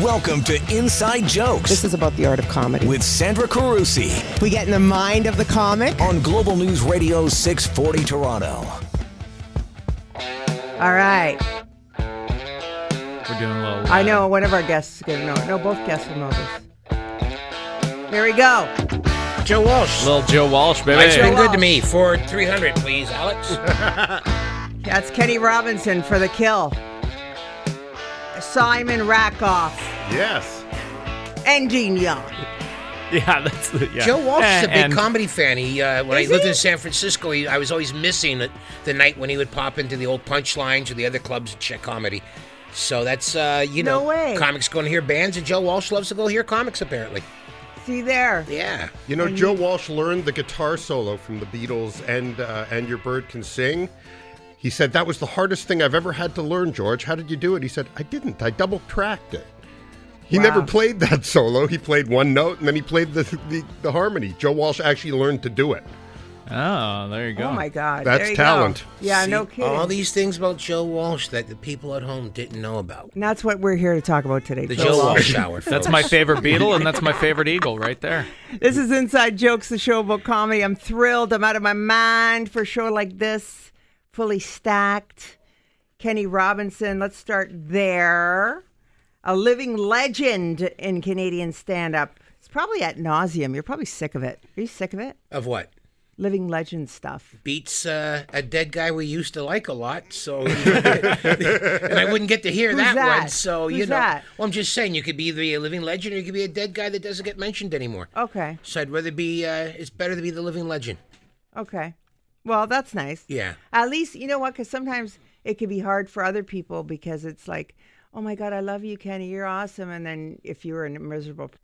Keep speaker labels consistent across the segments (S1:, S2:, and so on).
S1: Welcome to Inside Jokes
S2: This is about the art of comedy.
S1: with Sandra Carusi
S2: We get in the mind of the comic.
S1: on Global News Radio 640 Toronto.
S2: All right.
S3: We're doing a little.
S2: I know one of our guests is going to know it. No, both guests will know this. There we go.
S4: Joe Walsh.
S3: uh, Little Joe Walsh, baby.
S4: It's been
S2: Joe
S4: good
S2: Walsh.
S4: to me. For 300, please, Alex.
S2: That's Kenny Robinson for the kill. Simon Rackoff
S5: Yes.
S2: and Gene Young.
S3: Yeah, that's the, yeah.
S4: Joe Walsh is a big
S3: And-
S4: comedy fan. He, uh, when I lived in San Francisco, he, I was always missing it the night when he would pop into the old punchlines or the other clubs and check comedy. So that's, uh, you
S2: No
S4: know,
S2: way.
S4: comics going to hear bands, and Joe Walsh loves to go hear comics, apparently.
S2: See there.
S4: Yeah.
S5: You know, Joe Walsh learned the guitar solo from the Beatles and uh, and Your Bird Can Sing. He said that was the hardest thing I've ever had to learn, George. How did you do it? He said, I didn't. I double tracked it. He never played that solo. He played one note and then he played the, the the harmony. Joe Walsh actually learned to do it.
S3: Oh, there you go.
S2: Oh my God.
S5: That's
S2: There you
S5: talent.
S2: Go. Yeah,
S4: See,
S2: Uh, no kidding.
S4: All these things about Joe Walsh that the people at home didn't know about.
S2: and that's what we're here to talk about today.
S4: The
S2: Joe
S4: Joe
S2: Walsh.
S4: Walsh Hour.
S3: That's
S4: folks.
S3: my favorite Beatle, and that's my favorite Eagle right there.
S2: This is Inside Jokes, the show about comedy. I'm thrilled. I'm out of my mind for a show like this, fully stacked. Kenny Robinson, let's start there. A living legend in Canadian stand up. It's probably at nauseum. You're probably sick of it. Are you sick of it?
S4: Of what?
S2: Living legend stuff.
S4: beats uh, a dead guy we used to like a lot. So, and I wouldn't get to hear
S2: Who's
S4: that, one.
S2: that?
S4: So you
S2: Who's
S4: know,
S2: that?
S4: well, I'm just saying you could be either a living legend or you could be a dead guy that doesn't get mentioned anymore.
S2: Okay.
S4: So I'd rather be. Uh, it's better to be the living legend.
S2: Okay. Well, that's nice.
S4: Yeah.
S2: At least, you know what? Because sometimes it can be hard for other people because it's like, oh my God, I love you, Kenny. You're awesome. And then if you were a miserable, p-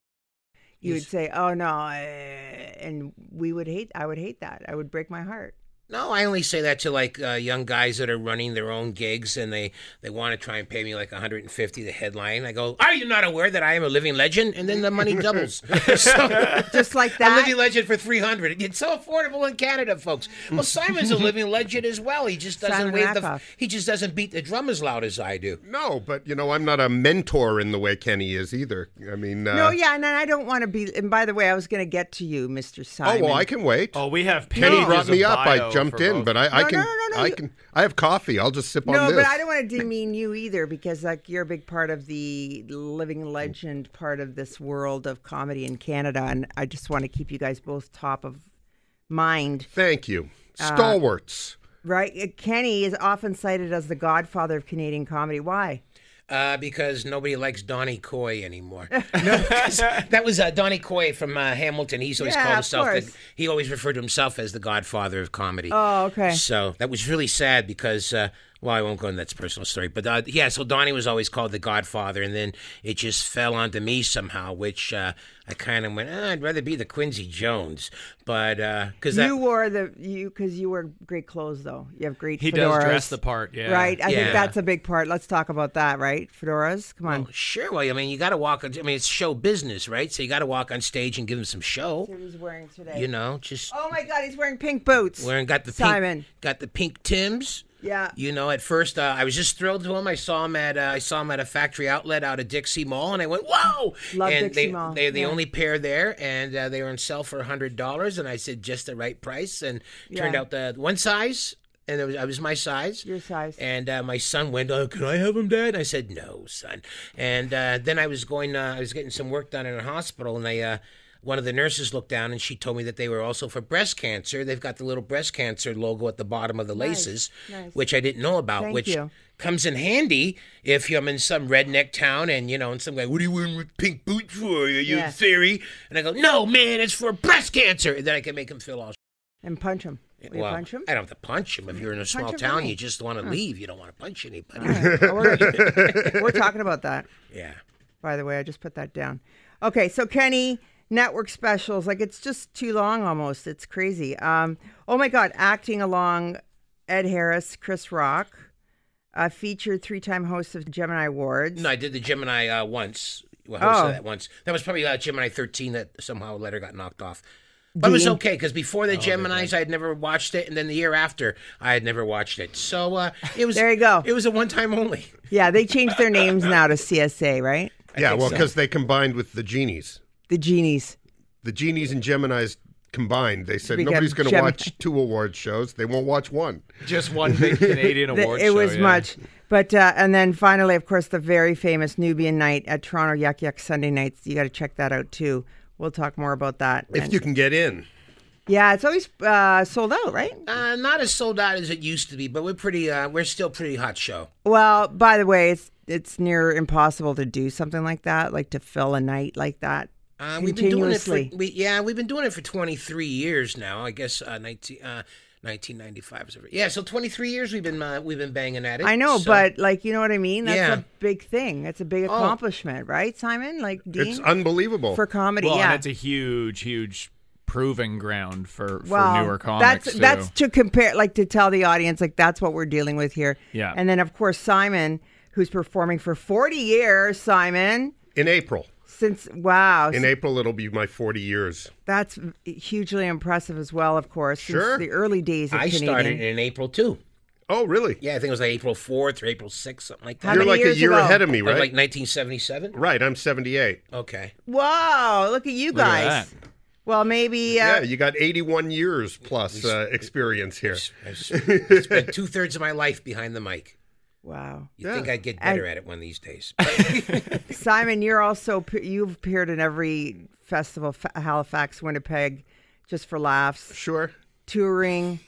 S2: you would
S4: Yes.
S2: say, oh no. eh, And we would hate, I would hate that. I would break my heart.
S4: No, I only say that to like uh, young guys that are running their own gigs and they they want to try and pay me like 150 the headline. I go, "Are you not aware that I am a living legend?" And then the money doubles. so,
S2: Just like
S4: A
S2: that.
S4: living legend for 300. It's so affordable in Canada, folks. Well, Simon's a living legend as well. He just doesn't
S2: Simon
S4: wave the
S2: Rakoff.
S4: he just doesn't beat the drum as loud as I do.
S5: No, but you know, I'm not a mentor in the way Kenny is either. I mean, uh,
S2: no, yeah. And then I don't want to be, and by the way, I was going to get to you, Mr.
S5: Oh
S2: Simon.
S5: well, I can wait.
S3: Oh, we have
S5: Kenny brought me up. I jumped in, but I, I
S2: No,
S5: can.
S2: no, no, no,
S5: I
S2: you-
S5: can. I have coffee. I'll just sip
S2: No,
S5: on this.
S2: but I don't want to demean you either because like you're a big part of the living legend part of this world of comedy in Canada and I just want to keep you guys both top of mind.
S5: Thank you,
S2: Uh,
S5: stalwarts.
S2: Right? Uh, Kenny is often cited as the godfather of Canadian comedy. Why?
S4: Uh, because nobody likes Donnie Coy anymore. No, 'cause that was uh, Donnie Coy from uh, Hamilton. He's always
S2: Yeah,
S4: called
S2: of
S4: himself. The,
S2: course.
S4: he always referred to himself as the Godfather of comedy.
S2: Oh, okay.
S4: So that was really sad because, uh, well, I won't go into that personal story, but uh, yeah, so Donnie was always called the Godfather, and then it just fell onto me somehow, which uh, I kind of went, "Ah, I'd rather be the Quincy Jones, but because that
S2: you wore the you because you wear great clothes though. You have great
S3: He
S2: fedoras.
S3: does dress the part, yeah.
S2: Right? I think
S4: Yeah. Oh,
S2: that's a big part. Let's talk about that, right? Fedoras? Come on.
S4: sure, well, I mean, you got to walk. on- I mean, it's show business, right? So you got to walk on stage and give him some show,
S2: What he's wearing today.
S4: you know, just.
S2: Oh my god, he's wearing pink boots.
S4: Wearing got the
S2: Simon.
S4: pink, got the pink Tims.
S2: Yeah.
S4: You know, at first uh, I was just thrilled to him. I saw him at uh, I saw him at a factory outlet out of Dixie Mall, and I went, "Whoa!"
S2: Love
S4: and
S2: Dixie
S4: they,
S2: Mall,
S4: They're the
S2: yeah.
S4: only pair there, and uh, they were on sale for hundred dollars, and I said just the right price, and turned
S2: Yeah.
S4: out the one size, and it was I was my size.
S2: Your size.
S4: And uh, my son went, oh, "Can I have them, Dad?" I said, "No, son." And uh, then I was going, uh, I was getting some work done in a hospital, and I, uh, one of the nurses looked down, and she told me that they were also for breast cancer. They've got the little breast cancer logo at the bottom of the laces,
S2: nice.
S4: which I didn't know about.
S2: Thank
S4: which
S2: you.
S4: comes in handy if you're in some redneck town and you know, and some guy, what are you wearing with pink boots for? Are you
S2: Yeah.
S4: in theory? And I go, "No, man, it's for breast cancer." And then I can make him feel all.
S2: And punch him. Will
S4: well,
S2: you punch him?
S4: I don't have to punch him. If you're in a small
S2: him for
S4: town,
S2: me.
S4: you just want to leave. You don't want to punch anybody.
S2: All right. We're, we're talking about that,
S4: Yeah.
S2: by the way. I just put that down. Okay, so Kenny, network specials. Like it's just too long almost. It's crazy. Um, oh my God, acting along Ed Harris, Chris Rock, uh, featured three time host of Gemini Awards.
S4: No, I did the Gemini uh, once. Well, I hosted
S2: Oh.
S4: that once. That was probably uh, Gemini 13 that somehow later got knocked off. But it was
S2: Dean.
S4: okay because before the Gemini's, I had never watched it, and then the year after, I had never watched it. So uh, it was
S2: There you go.
S4: It was a one time only.
S2: Yeah, they changed their names now to CSA, right?
S5: yeah,
S4: think
S5: well,
S4: so.
S5: because they combined with the genies.
S2: The genies.
S5: The genies and Gemini's combined. They said
S2: Became
S5: nobody's going to
S2: Gemini.
S5: watch two award shows. They won't watch one.
S3: Just one big Canadian
S2: The-
S3: award
S2: it
S3: show,
S2: was
S3: yeah.
S2: much. But uh, and then finally, of course, the very famous Nubian night at Toronto Yuck Yuck Sunday nights. You got to check that out too. We'll talk more about that.
S5: If
S2: And-
S5: you can get in.
S2: yeah, it's always uh, sold out, right?
S4: Uh, not as sold out as it used to be, but we're pretty. Uh, we're still pretty hot show.
S2: Well, by the way, it's it's near impossible to do something like that, like to fill a night like that.
S4: Uh, we've been doing it for
S2: continuously.
S4: we, yeah, we've been doing it for 23 years now. I guess uh, 19, uh, 1995 is over. Yeah, so 23 years we've been uh, we've been banging at it.
S2: I know,
S4: so-
S2: but like you know what I mean. That's
S4: Yeah. Oh.
S2: a big thing. That's a big accomplishment, right, Simon? Like Dean
S5: It's unbelievable.
S2: for comedy.
S3: Well,
S2: yeah,
S3: and it's a huge, huge proving ground for, for
S2: well,
S3: newer comics.
S2: That's
S3: too.
S2: that's to compare, like to tell the audience, like that's what we're dealing with here.
S3: Yeah.
S2: and then of course Simon, who's performing for forty years, Simon.
S5: in April.
S2: Since wow,
S5: In
S2: so
S5: April, it'll be my 40 years.
S2: that's hugely impressive as well. Of course,
S5: Sure.
S2: since the early days of
S4: I
S2: Canadian.
S4: started in April too.
S5: Oh, really?
S4: Yeah, I think it was like April 4th or April 6th, something like
S2: How
S4: that.
S5: You're
S2: many
S5: like a
S2: years
S5: year
S2: ago?
S5: ahead of me,
S4: Like
S5: right?
S4: 1977.
S5: right, I'm 78.
S4: Okay.
S2: Wow, look at you
S3: Look at
S2: guys.
S3: that.
S2: Well, maybe uh,
S5: Yeah, you got 81 years plus uh, experience here.
S4: I've s- spent two thirds of my life behind the mic.
S2: wow.
S4: You would think I'd get better at it one of these days?
S2: Simon, you're also pe- you've appeared in every festival, Fa- Halifax, Winnipeg, just for laughs,
S5: Sure.
S2: touring.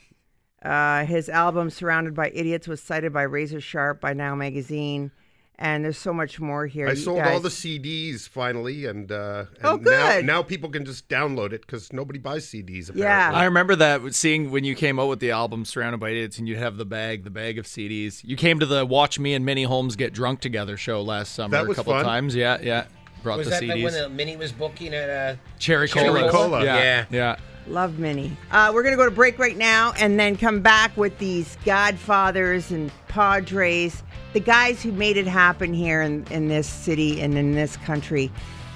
S2: Uh, his album "Surrounded by Idiots" was cited by Razor Sharp by Now Magazine, and there's so much more here.
S5: I
S2: You
S5: sold all
S2: guys-
S5: the CDs finally, and, uh, and
S2: Oh,
S5: now,
S2: good.
S5: now people can just download it because nobody buys CDs apparently.
S2: Yeah.
S3: I remember that seeing when you came out with the album Surrounded by Idiots and you'd have the bag, the bag of CDs. You came to the Watch Me and Minnie Holmes Get Drunk Together show last summer
S5: That
S3: a
S5: was
S3: couple
S5: fun.
S3: times. Yeah, yeah. Brought
S4: was
S3: the
S4: that
S3: CDs.
S4: like when the Minnie was booking at uh,
S3: Cherry Cola.
S4: Cherry
S5: Cola.
S4: Yeah.
S3: Yeah. Yeah.
S2: Love Minnie. Uh, we're going to go to break right now and then come back with these Godfathers and Padres, the guys who made it happen here in, in this city and in this country.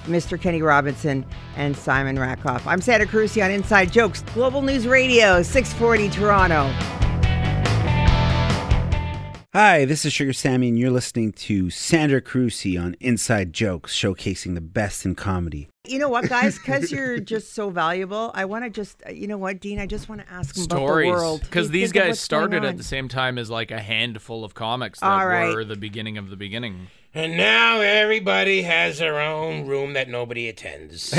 S2: Mr. Kenny Robinson and Simon Rakoff. I'm Santa Cruz on Inside Jokes, Global News Radio, 640 Toronto.
S6: Hi, this is Sugar Sammy, and you're listening to Sandra Carusi on Inside Jokes, showcasing the best in comedy.
S2: You know what, guys? Because you're just so valuable, I want to just, uh, you know what, Dean? I just want to ask 'em about the
S3: Stories.
S2: world.
S3: Because
S2: Think
S3: these
S2: of
S3: guys
S2: what's going
S3: started
S2: on.
S3: at the same time as like a handful of comics that
S2: All right.
S3: were the beginning of the beginning.
S4: And now everybody has their own room that nobody attends.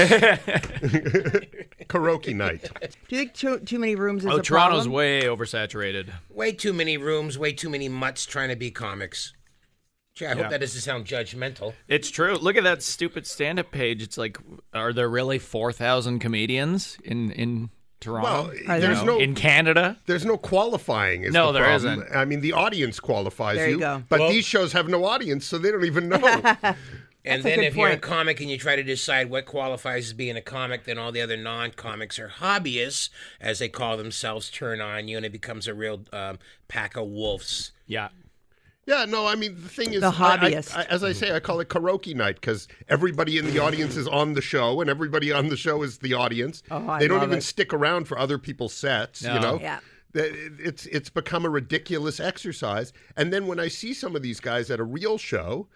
S5: Karaoke night.
S2: Do you think too, too many rooms is
S3: Oh,
S2: a
S3: Toronto's
S2: problem?
S3: way oversaturated.
S4: way too many rooms, way too many mutts trying to be comics. Gee, I hope
S3: Yeah.
S4: that doesn't sound judgmental.
S3: It's true. Look at that stupid stand-up page. It's like, are there really four thousand comedians in in Toronto?
S5: Well,
S2: I
S5: there's
S2: know.
S5: no
S3: in Canada.
S5: there's no qualifying. Is
S3: No,
S5: the
S3: there
S5: problem.
S3: isn't.
S5: I mean, the audience qualifies
S2: There you go.
S5: but these shows have no audience, so they don't even know.
S4: And
S2: That's a
S4: then
S2: good
S4: if you're a
S2: point.
S4: comic and you try to decide what qualifies as being a comic, then all the other non-comics or hobbyists, as they call themselves, turn on you, and it becomes a real um, pack of wolves.
S3: Yeah.
S5: yeah, no, I mean the thing is,
S2: The
S5: I- I-
S2: hobbyist.
S5: I- as I say, I call it karaoke night because everybody in the audience is on the show, and everybody on the show is the audience.
S2: Oh, I
S5: they don't
S2: love
S5: even
S2: it.
S5: stick around for other people's sets. You
S3: No.
S5: know,
S2: Yeah.
S5: That- It's it's become a ridiculous exercise. And then when I see some of these guys at a real show,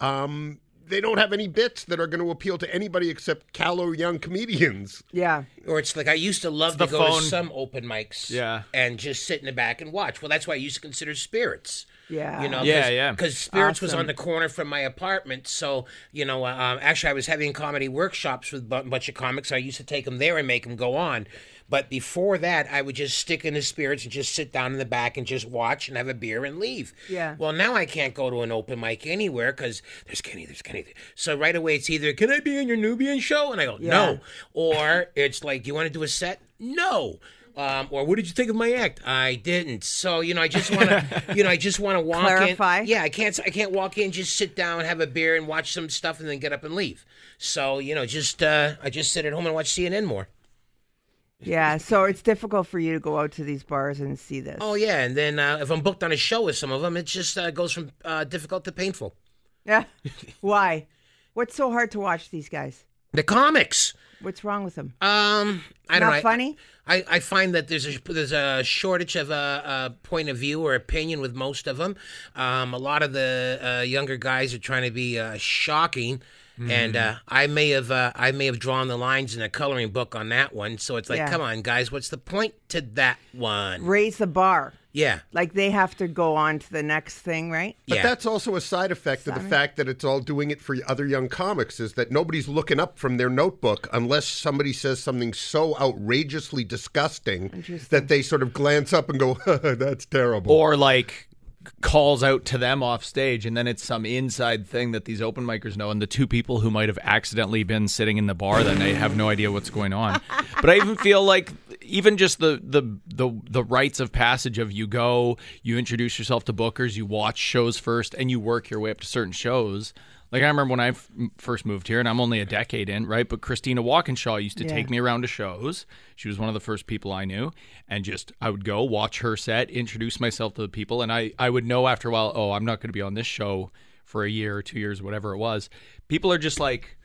S5: um, they don't have any bits that are going to appeal to anybody except callow young comedians.
S2: Yeah.
S4: Or it's like I used to love
S3: the
S4: to go
S3: phone.
S4: to some open mics,
S3: Yeah.
S4: and just sit in the back and watch. Well, that's why I used to consider spirits.
S2: Yeah.
S4: You know,
S3: Yeah,
S4: cause,
S3: yeah.
S4: Because Spirits was
S2: Awesome.
S4: on the corner from my apartment, so you know, uh, um, actually, I was having comedy workshops with a bunch of comics. I used to take them there and make them go on. But before that, I would just stick in the Spirits and just sit down in the back and just watch and have a beer and leave.
S2: Yeah.
S4: Well, now I can't go to an open mic anywhere because there's Kenny, there's Kenny. So right away, it's either can I be in your Nubian show? And I go no, or it's like, do you want to do a set? No. Um, or what did you think of my act? I didn't. So you know, I just want to, you know, I just want to walk
S2: Clarify.
S4: in. Yeah, I can't. I can't walk in, just sit down, have a beer, and watch some stuff, and then get up and leave. So you know, just uh, I just sit at home and watch CNN more.
S2: Yeah, so it's difficult for you to go out to these bars and see this.
S4: Oh yeah, and then uh, if I'm booked on a show with some of them, it just uh, goes from uh, difficult to painful.
S2: yeah. Why? What's so hard to watch these guys?
S4: The comics.
S2: What's wrong with him?
S4: Um,
S2: Not
S4: I don't know. I-
S2: funny?
S4: I, I find that there's a there's a shortage of a, a point of view or opinion with most of them. Um, a lot of the uh, younger guys are trying to be uh, shocking, and uh, I may have uh, I may have drawn the lines in a coloring book on that one. So it's like,
S2: Yeah.
S4: come on, guys, what's the point to that one?
S2: Raise the bar.
S4: Yeah,
S2: Like they have to go on to the next thing, right?
S5: But
S4: yeah.
S5: that's also a side effect of the fact that it's all doing it for other young comics is that nobody's looking up from their notebook unless somebody says something so outrageously disgusting that they sort of glance up and go, "That's terrible."
S3: or like calls out to them off stage and then it's some inside thing that these open micers know and the two people who might have accidentally been sitting in the bar that night have no idea what's going on but i even feel like even just the the the the rites of passage of you go you introduce yourself to bookers you watch shows first and you work your way up to certain shows like i remember when I f- first moved here and i'm only a decade in right but christina walkinshaw used to
S2: Yeah.
S3: take me around to shows she was one of the first people i knew and just i would go watch her set introduce myself to the people and i, I would know after a while oh i'm not going to be on this show for a year or two years whatever it was people are just like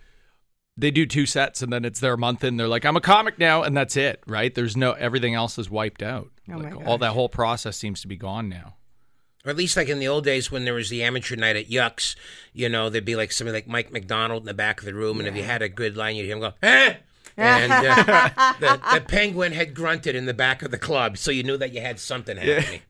S3: they do two sets and then it's their month and they're like i'm a comic now and that's it right there's no everything else is wiped out
S2: Oh my
S3: like, all that whole process seems to be gone now
S4: or at least like in the old days when there was the amateur night at Yucks, you know, there'd be like somebody like Mike McDonald in the back of the room, and if you had a good line, you'd hear him go, eh! And uh, the, the penguin had grunted in the back of the club, so you knew that you had something happening.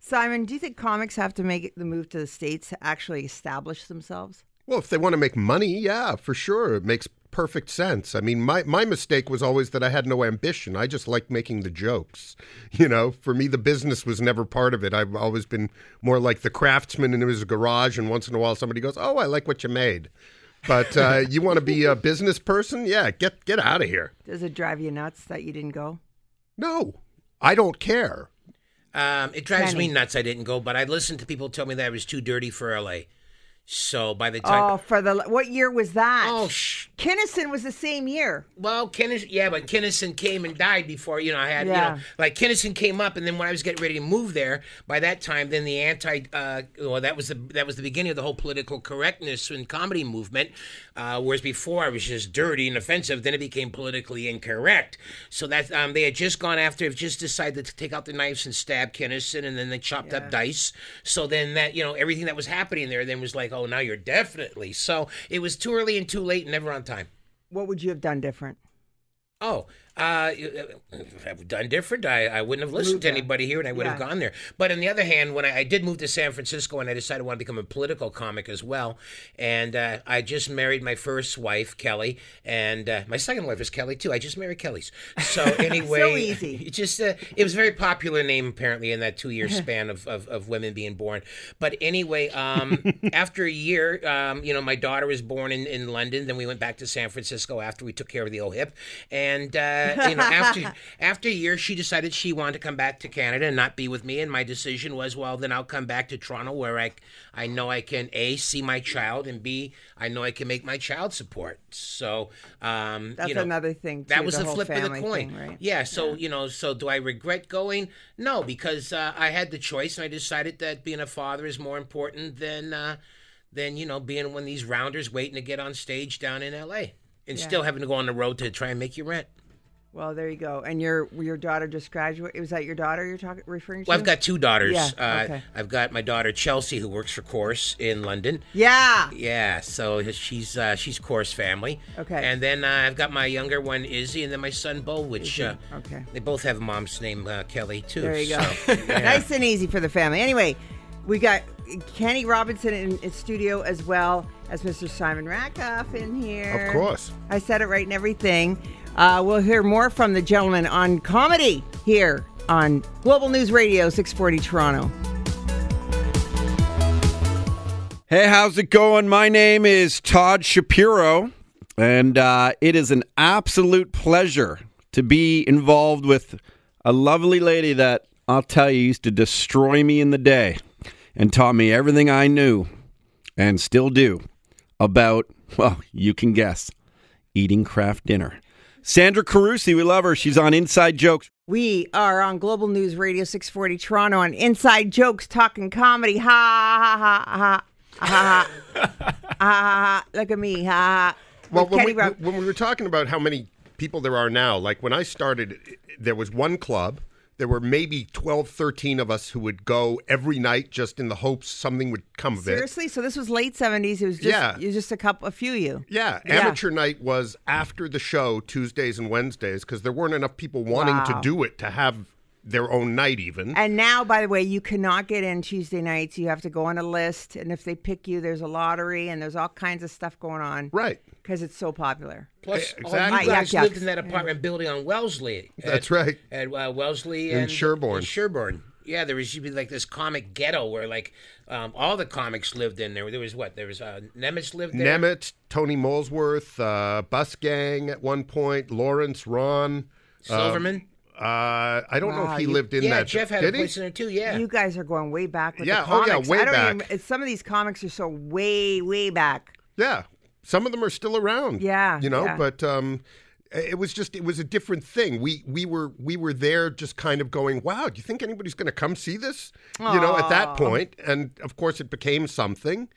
S2: Simon, do you think comics have to make the move to the states to actually establish themselves?
S5: Well, if they want to make money, yeah, for sure. It makes perfect sense. I mean, my, my mistake was always that I had no ambition. I just liked making the jokes. You know, for me, the business was never part of it. I've always been more like the craftsman in his garage, and once in a while somebody goes, Oh, I like what you made. But uh, you want to be a business person? Yeah, get, get out of here.
S2: Does it drive you nuts that you didn't go?
S5: No, I don't care.
S4: Um, it drives
S2: Kenny.
S4: me nuts. I didn't go, but I listened to people tell me that I was too dirty for LA. So by the
S2: Oh,
S4: time.
S2: for the what year was that?
S4: Oh, sh-
S2: Kinnison was the same year.
S4: well, Kinnison, yeah, but Kinnison came and died before, you know, I had,
S2: Yeah.
S4: you know, like Kinnison came up, and then when I was getting ready to move there, by that time, then the anti, uh, well, that was the that was the beginning of the whole political correctness and comedy movement. Uh, whereas before I was just dirty and offensive, then it became politically incorrect. So that um, they had just gone after, just decided to take out the knives and stab Kinnison, and then they chopped up dice. So then that you know everything that was happening there then was like, oh, now you're definitely. So it was too early and too late, and never on time.
S2: What would you have done different?
S4: Oh, uh, I've done different. I, I wouldn't have listened to anybody here, and I would have
S2: Yeah.
S4: gone there. But on the other hand, when I, I did move to San Francisco, and I decided I want to become a political comic as well, and uh, I just married my first wife, Kelly, and uh, my second wife is Kelly too. I just married Kelly's. So anyway,
S2: easy.
S4: it just uh, it was a very popular name apparently in that two year span of, of, of women being born. But anyway, um, after a year, um, you know, my daughter was born in, in London. Then we went back to San Francisco after we took care of the old hip. And uh, you know, after after a year, she decided she wanted to come back to Canada and not be with me. And my decision was, well, then I'll come back to Toronto where I I know I can a see my child and b I know I can make my child support. So um,
S2: That's
S4: you know,
S2: another thing.
S4: that
S2: too,
S4: was the,
S2: whole
S4: flip of the
S2: family
S4: coin
S2: thing, right?
S4: yeah so you know so do i regret going no because uh, i had the choice and i decided that being a father is more important than uh, than you know being one of these rounders waiting to get on stage down in la and still having to go on the road to try and make your rent
S2: Well, there you go. And your your daughter just graduated. Was that your daughter you're talking referring to?
S4: well i've got two daughters
S2: Yeah,
S4: uh,
S2: okay.
S4: i've got my daughter chelsea who works for course in london
S2: Yeah.
S4: Yeah, so she's uh, she's course family.
S2: Okay.
S4: And then uh, I've got my younger one Izzy, and then my son Bo, which uh,
S2: Okay.
S4: they both have mom's name uh, Kelly too.
S2: There you go.
S4: so, yeah.
S2: nice and easy for the family. Anyway, we got Kenny Robinson in, in studio as well as Mr. Simon Rakoff in here.
S5: Of course.
S2: I said it right and everything. Uh, we'll hear more from the gentleman on comedy here on Global News Radio 640 Toronto.
S7: Hey, how's it going? My name is Todd Shapiro, and uh, it is an absolute pleasure to be involved with a lovely lady that I'll tell you used to destroy me in the day and taught me everything I knew and still do about, well, you can guess, eating craft dinner. Sandra Carusi, we love her. She's on Inside Jokes.
S2: We are on Global News Radio 640 Toronto on Inside Jokes talking comedy. Ha ha ha ha ha ha ha. ha. ha, ha. Look at me. Ha. ha.
S5: Well,
S2: With
S5: when
S2: Kenny
S5: we,
S2: Rob-
S5: when we were talking about how many people there are now. Like when I started, there was one club. There were maybe 12, 13 of us who would go every night just in the hopes something would come of it.
S2: Seriously, so this was late seventies. It was just
S5: Yeah.
S2: it was just a couple, a few of you.
S5: Yeah,
S2: Yeah.
S5: amateur night was after the show Tuesdays and Wednesdays because there weren't enough people wanting to
S2: Wow.
S5: do it to have their own night even.
S2: And now, by the way, you cannot get in Tuesday nights. You have to go on a list, and if they pick you, there's a lottery, and there's all kinds of stuff going on.
S5: right. E,
S2: Because it's so popular.
S4: Plus,
S5: Eh, Exactly.
S4: all
S5: Right,
S4: you guys
S2: yuck, yuck.
S4: lived in that apartment building on Wellesley. at-
S5: That's right.
S4: At uh, Wellesley
S5: In
S4: and
S5: Sherborne.
S4: in Sherborne. Yeah, there was used to be like this comic ghetto where like um, all the comics lived in there. There was what? There was uh, Nemitz lived there.
S5: Nemeth, Tony Molesworth, uh, Bus Gang at one point, Lawrence, Ron.
S4: Silverman.
S5: Uh, I don't know
S2: Wow,
S5: if he
S2: you-
S5: lived in
S4: yeah,
S5: that.
S4: Jeff had a
S5: did
S4: place
S5: he?
S4: in there too. Yeah.
S2: You guys are going way back with
S5: Yeah,
S2: the
S5: oh, yeah,
S2: comics.
S5: way
S2: I don't
S5: back.
S2: even. Some of these comics are so way, way back.
S5: Yeah, some of them are still around.
S2: Yeah,
S5: you know,
S2: yeah.
S5: but um, it was just it was a different thing. We we were we were there just kind of going, wow, do you think anybody's going to come see this? You know, at that point, and of course it became something.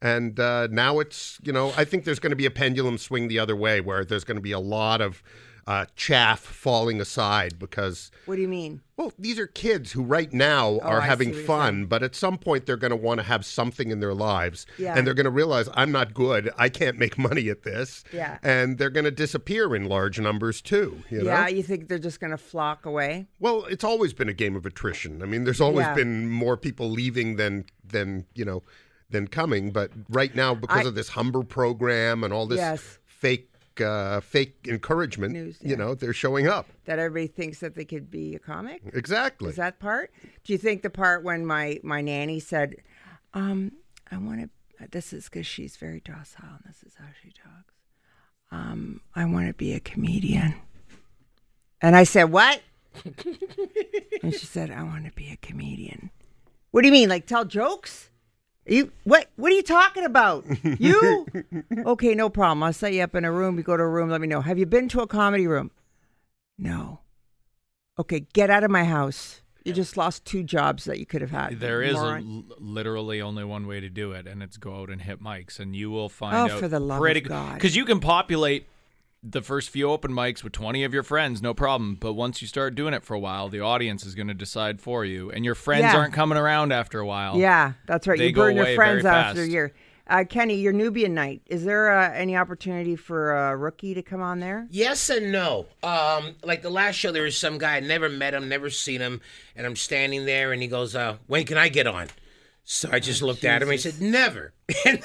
S5: And uh, now it's you know I think there's going to be a pendulum swing the other way where there's going to be a lot of uh, chaff falling aside because
S2: What do you mean?
S5: well these are kids who right now are
S2: Oh, I see
S5: having
S2: what you're
S5: fun but at some point they're going to want to have something in their lives
S2: Yeah.
S5: and they're going to realize I'm not good I can't make money at this
S2: Yeah.
S5: and they're going to disappear in large numbers too you know
S2: yeah, you think they're just going to flock away?
S5: well, it's always been a game of attrition. I mean, there's always
S2: Yeah.
S5: been more people leaving than than you know than coming. But right now, because
S2: I-
S5: of this Humber program and all this
S2: Yes.
S5: fake uh, fake encouragement,
S2: News, yeah.
S5: you know, they're showing up.
S2: That everybody thinks that they could be a comic?
S5: Exactly.
S2: Is that part? Do you think the part when my my nanny said, um, "I want to," this is because she's very docile, and this is how she talks. Um, I want to be a comedian, and I said, "What?" and she said, "I want to be a comedian." What do you mean? Like tell jokes? You what? What are you talking about? You okay? No problem. I'll set you up in a room. You go to a room. Let me know. Have you been to a comedy room? No. Okay, get out of my house. You just lost two jobs that you could have had.
S3: There is
S2: moron.
S3: l- literally only one way to do it, and it's go out and hit mics, and you will find
S2: Oh,
S3: out.
S2: for the love of
S3: pretty,
S2: God.
S3: Because you can populate the first few open mics with 20 of your friends, no problem. But once you start doing it for a while, the audience is going to decide for you, and your friends
S2: Yeah.
S3: aren't coming around after a while.
S2: Yeah, that's right.
S3: They
S2: you
S3: go
S2: burn your
S3: away
S2: friends
S3: very
S2: after a
S3: fast.
S2: year. Uh, Kenny, your Nubian night. Is there uh, any opportunity for a rookie to come on there?
S4: Yes and no. Um, like the last show, there was some guy I never met him, never seen him, and I'm standing there, and he goes, uh, "When can I get on?" So I just looked at him. and I said, "Never." And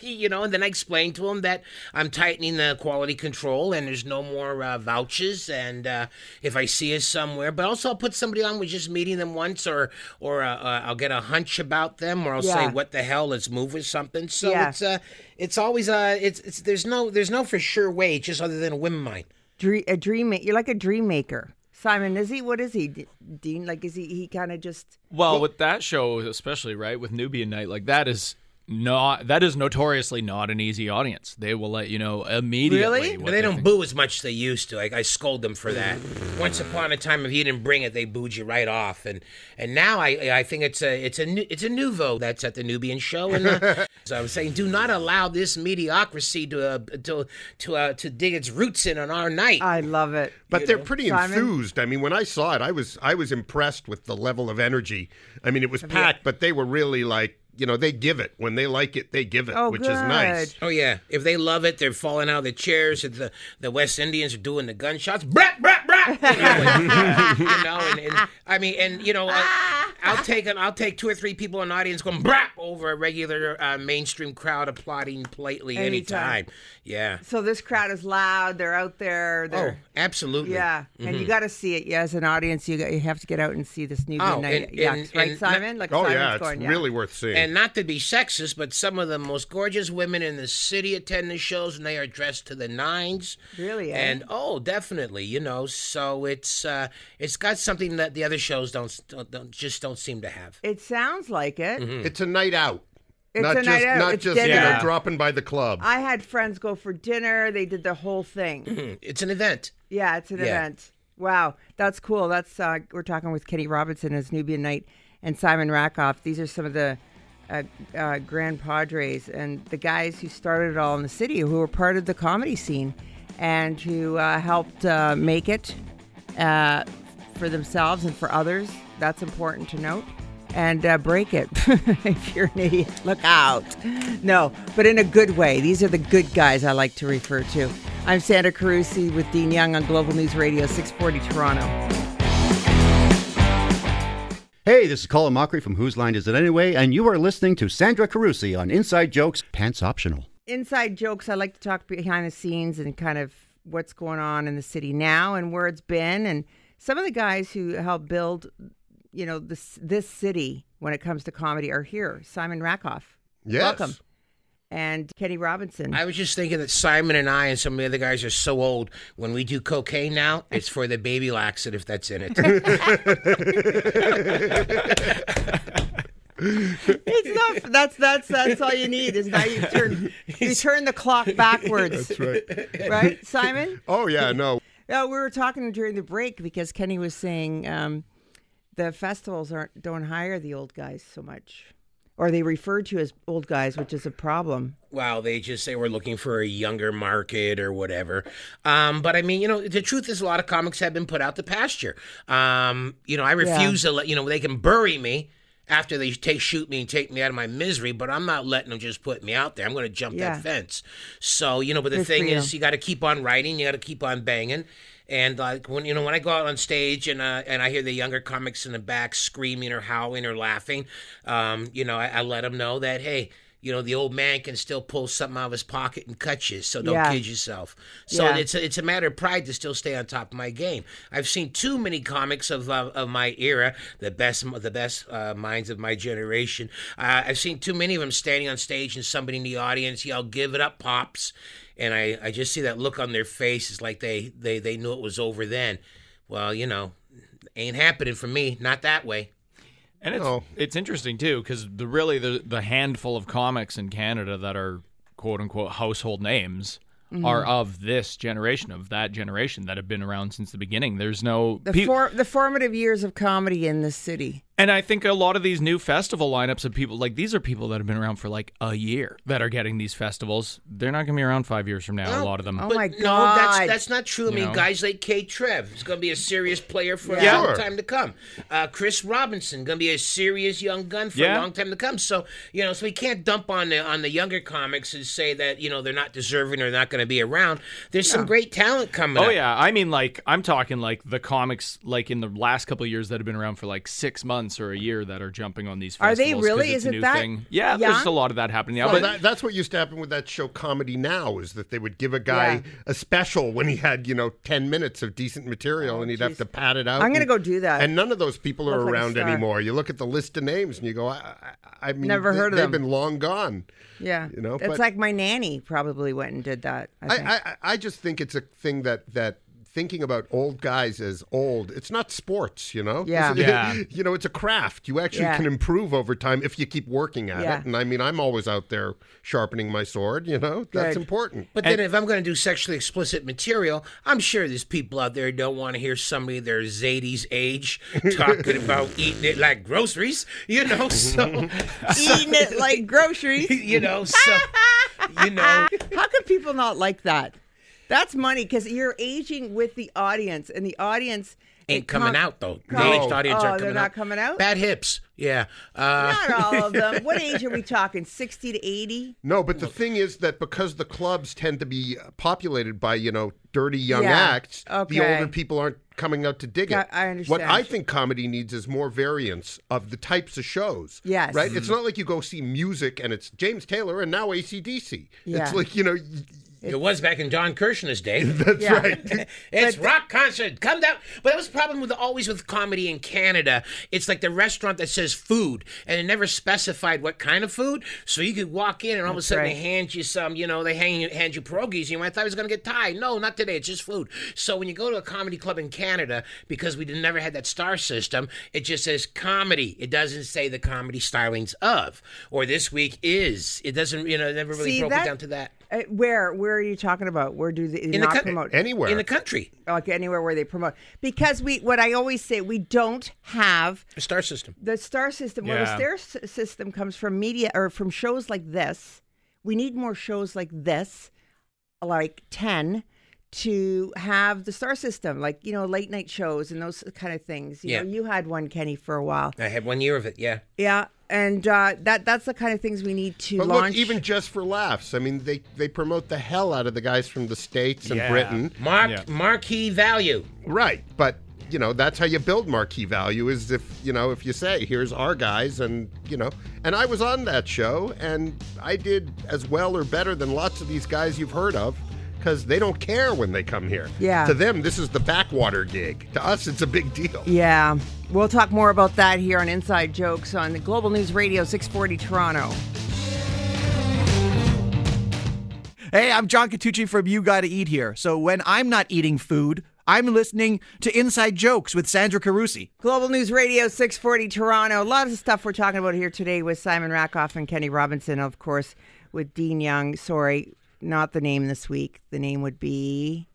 S4: you know, and then I explained to him that I'm tightening the quality control, and there's no more uh, vouchers. And uh, if I see us somewhere, but also I'll put somebody on with just meeting them once, or or uh, uh, I'll get a hunch about them, or I'll
S2: Yeah.
S4: say, "What the hell? Let's move with something." So
S2: Yeah.
S4: it's uh, it's always uh, it's it's there's no there's no for sure way, just other than a whim of mine.
S2: Dream, a dream. ma- You're like a dream maker. Simon, is he? What is he, D- Dean? Like, is he? He kind of just.
S3: Well, with that show, especially right with Nubian Night, like that is not that is notoriously not an easy audience. They will let you know immediately.
S2: Really?
S3: what
S4: But they don't
S3: think.
S4: boo as much as they used to. Like I scold them for that. Once upon a time, if you didn't bring it, they booed you right off. And and now I I think it's a it's a nu- it's a nouveau that's at the Nubian show. And uh, so I was saying, do not allow this mediocrity to uh, to to uh, to dig its roots in on our night.
S2: I love it.
S5: But they're pretty
S2: Simon?
S5: enthused. I mean, when I saw it, I was I was impressed with the level of energy. I mean, it was packed, but they were really like, you know, they give it when they like it, they give it,
S2: Oh,
S5: which is nice.
S2: good.
S4: Oh yeah! If they love it, they're falling out of the chairs. If the the West Indians are doing the gunshots, brat, brat, brat. You know, and, uh, you know, and, and I mean, and you know, I, I'll take an, I'll take two or three people in the audience going brat over a regular uh, mainstream crowd applauding politely
S2: Anytime.
S4: anytime. Yeah.
S2: So this crowd is loud. They're out there.
S4: Oh,
S2: They're,
S4: absolutely.
S2: yeah. And you got to see it. Yeah, as an audience, you got, you have to get out and see this Nubian
S4: Oh,
S2: night.
S4: and-
S2: Yucks,
S4: and-
S2: right,
S4: and-
S2: Simon? Like
S5: Oh
S2: Simon's
S5: yeah, it's
S2: going, yeah.
S5: really worth seeing.
S4: And not to be sexist, but some of the most gorgeous women in the city attend the shows, and they are dressed to the nines.
S2: Really, eh?
S4: And oh, definitely, you know. So it's uh, it's got something that the other shows don't don't, don't just don't seem to have.
S2: It sounds like it.
S5: it's a night out.
S2: It's
S5: Hmm. not
S2: a
S5: just
S2: night out.
S5: not
S2: It's
S5: just you know
S2: dinner.
S5: dropping by the club.
S2: I had friends go for dinner. They did the whole thing.
S4: It's an event.
S2: yeah, it's an
S4: Yeah.
S2: event. Wow, that's cool. That's uh, we're talking with Kenny Robinson as Nubian Night and Simon Rakoff. These are some of the uh, uh, Grand Padres and the guys who started it all in the city, who were part of the comedy scene. and who uh, helped uh, make it uh, for themselves and for others. That's important to note. And uh, break it if you're an idiot. Look out. No, but in a good way. These are the good guys I like to refer to. I'm Sandra Carusi with Dean Young on Global News Radio 640 Toronto.
S8: Hey, this is Colin Mockery from Whose Line Is It Anyway, and you are listening to Sandra Carusi on Inside Jokes, Pants Optional.
S2: inside jokes. I like to talk behind the scenes and kind of what's going on in the city now and where it's been, and some of the guys who helped build, you know, this this city when it comes to comedy are here. Simon Rakoff,
S5: Yes.
S2: welcome, and Kenny Robinson.
S4: I was just thinking that Simon and I and some of the other guys are so old. When we do cocaine now,
S2: Eh.
S4: it's for the baby laxative that's in it.
S2: it's not. That's that's that's all you need is now you turn you turn the clock backwards. That's right. Right, Simon.
S5: Oh yeah, no.
S2: No, we were talking during the break because Kenny was saying um, the festivals aren't don't hire the old guys so much, or they refer to as old guys, which is a problem.
S4: wow, they just say we're looking for a younger market or whatever. Um, but I mean, you know, the truth is a lot of comics have been put out to pasture. Um, you know, I refuse to let, you know, they can bury me. After they take shoot me and take me out of my misery, but I'm not letting them just put me out there. I'm going to jump
S2: Yeah.
S4: that fence. So you know, but the
S2: Good for
S4: thing
S2: you.
S4: is, you got to keep on writing. You got to keep on banging. And like when you know when I go out on stage and uh, and I hear the younger comics in the back screaming or howling or laughing, um, you know I, I let them know that hey, you know the old man can still pull something out of his pocket and cut you, so don't
S2: Yeah.
S4: kid yourself. So
S2: Yeah.
S4: it's a, it's a matter of pride to still stay on top of my game. I've seen too many comics of uh, of my era, the best the best uh, minds of my generation. Uh, I've seen too many of them standing on stage and somebody in the audience yell, "Give it up, pops!" And I, I just see that look on their faces, like they they they knew it was over then. Well, you know, ain't happening for me. Not that way.
S3: And it's
S5: No.
S3: it's interesting too because the really the the handful of comics in Canada that are quote unquote household names
S2: Mm-hmm.
S3: are of this generation of that generation that have been around since the beginning. There's no
S2: The
S3: peop-
S2: for, the formative years of comedy in this city.
S3: and I think a lot of these new festival lineups of people like these are people that have been around for like a year that are getting these festivals. They're not going to be around five years from now. a
S4: No.
S3: lot of them.
S2: Oh
S4: But
S2: my
S4: No,
S2: God.
S4: that's that's not true. I mean,
S3: know?
S4: guys like Kay Trev is going to be a serious player for
S2: Yeah.
S4: a long
S5: Sure.
S4: time to come. Uh, Chris Robinson going to be a serious young gun for
S3: Yeah.
S4: a long time to come. So you know, so we can't dump on the on the younger comics and say that you know they're not deserving or not going to be around. There's some great talent coming.
S3: Oh
S4: up.
S3: yeah, I mean like I'm talking like the comics like in the last couple of years that have been around for like six months or a year that are jumping on these.
S2: Are
S3: Festivals
S2: they
S3: 'cause
S2: really? Is
S3: It's a
S2: it
S3: new
S2: that-
S3: Thing. Yeah,
S2: Yeah?
S3: there's a lot of that happening now.
S5: Well,
S3: but
S5: that, that's what used to happen with that show Comedy Now is that they would give a guy
S2: Yeah.
S5: a special when he had, you know, 10 minutes of decent material and he'd have to pat it out.
S2: Oh, I'm gonna
S5: and-
S2: go do that.
S5: And none of those people are
S2: Look like a
S5: around
S2: star.
S5: anymore. You look at the list of names and you go, I, I, I mean,
S2: Never
S5: they,
S2: heard of
S5: they've
S2: them.
S5: been long gone.
S2: Yeah,
S5: You know,
S2: it's
S5: but-
S2: like my nanny probably went and did that. I
S5: I,
S2: think.
S5: I, I- I just think it's a thing that, that thinking about old guys as old, it's not sports, you know?
S2: Yeah.
S3: Yeah.
S5: you know, it's a craft. You actually
S2: Yeah.
S5: can improve over time if you keep working at
S2: Yeah.
S5: it. And I mean, I'm always out there sharpening my sword, you know? That's
S2: Good.
S5: important.
S4: But then, if I'm going to do sexually explicit material, I'm sure there's people out there who don't want to hear somebody their Zadie's age talking about eating it like groceries. You know, so
S2: Eating it like groceries.
S4: you know, so you know.
S2: How could people not like that? That's money because you're aging with the audience, and the audience
S4: ain't
S2: it com-
S4: coming out though. The
S2: No.
S4: aged audience
S2: Oh,
S4: aren't
S2: they're
S4: coming
S2: not
S4: out.
S2: coming out?
S4: Bad hips. Yeah. Uh,
S2: Not all of them. What age are we talking? 60 to 80?
S5: No, but the thing is that because the clubs tend to be uh, populated by, you know, dirty young
S2: Yeah.
S5: acts, the
S2: Okay.
S5: older people aren't coming out to dig
S2: Yeah,
S5: it.
S2: I understand.
S5: What I think comedy needs is more variance of the types of shows.
S2: Yes.
S5: Right? It's not like you go see music and it's James Taylor and now ACDC.
S2: Yeah.
S5: It's like, you know, y-
S4: it was back in John Kirshner's day.
S2: yeah.
S4: It's rock concert. Come down. But that was the problem with always with comedy in Canada. It's like the restaurant that says food, and it never specified what kind of food. So you could walk in, and all of a sudden
S2: right.
S4: they hand you some. You know, they hang you, hand you pierogies. You might thought it was going to get Thai. No, not today. It's just food. So when you go to a comedy club in Canada, because we did, never had that star system, it just says comedy. It doesn't say the comedy stylings of or this week is. It doesn't. You know, it never really
S2: See,
S4: broke
S2: that-
S4: it down to that.
S2: Uh, where where are you talking about? Where do they, they
S4: the
S2: not
S4: co-
S2: promote?
S5: anywhere.
S4: In the country,
S2: like anywhere where they promote because we what I always say we don't have
S4: the star system.
S2: the star system. Where
S3: Yeah.
S2: the star s- system comes from media or from shows like this. We need more shows like this, like ten, to have the star system, like you know, late night shows and those kind of things. You
S4: Yeah.
S2: know, you had one Kenny for a while,
S4: I had one year of it. Yeah.
S2: yeah, and uh, that that's the kind of things we need to
S5: But
S2: launch.
S5: look, even just for laughs, I mean, they, they promote the hell out of the guys from the States and
S3: Yeah.
S5: Britain.
S4: Mark
S3: Yeah.
S4: marquee value.
S5: Right. But, you know, that's how you build marquee value is if, you know, if you say, here's our guys and, you know, and I was on that show and I did as well or better than lots of these guys you've heard of because they don't care when they come here.
S2: Yeah.
S5: To them, this is the backwater gig. To us, it's a big deal.
S2: yeah, we'll talk more about that here on Inside Jokes on Global News Radio 640 Toronto.
S9: Hey, I'm John Cattucci from You Gotta Eat Here. So when I'm not eating food, I'm listening to Inside Jokes with Sandra Carusi.
S2: Global News Radio 640 Toronto. A lot of stuff we're talking about here today with Simon Rakoff and Kenny Robinson, of course, with Dean Young. Sorry, not the name this week. The name would be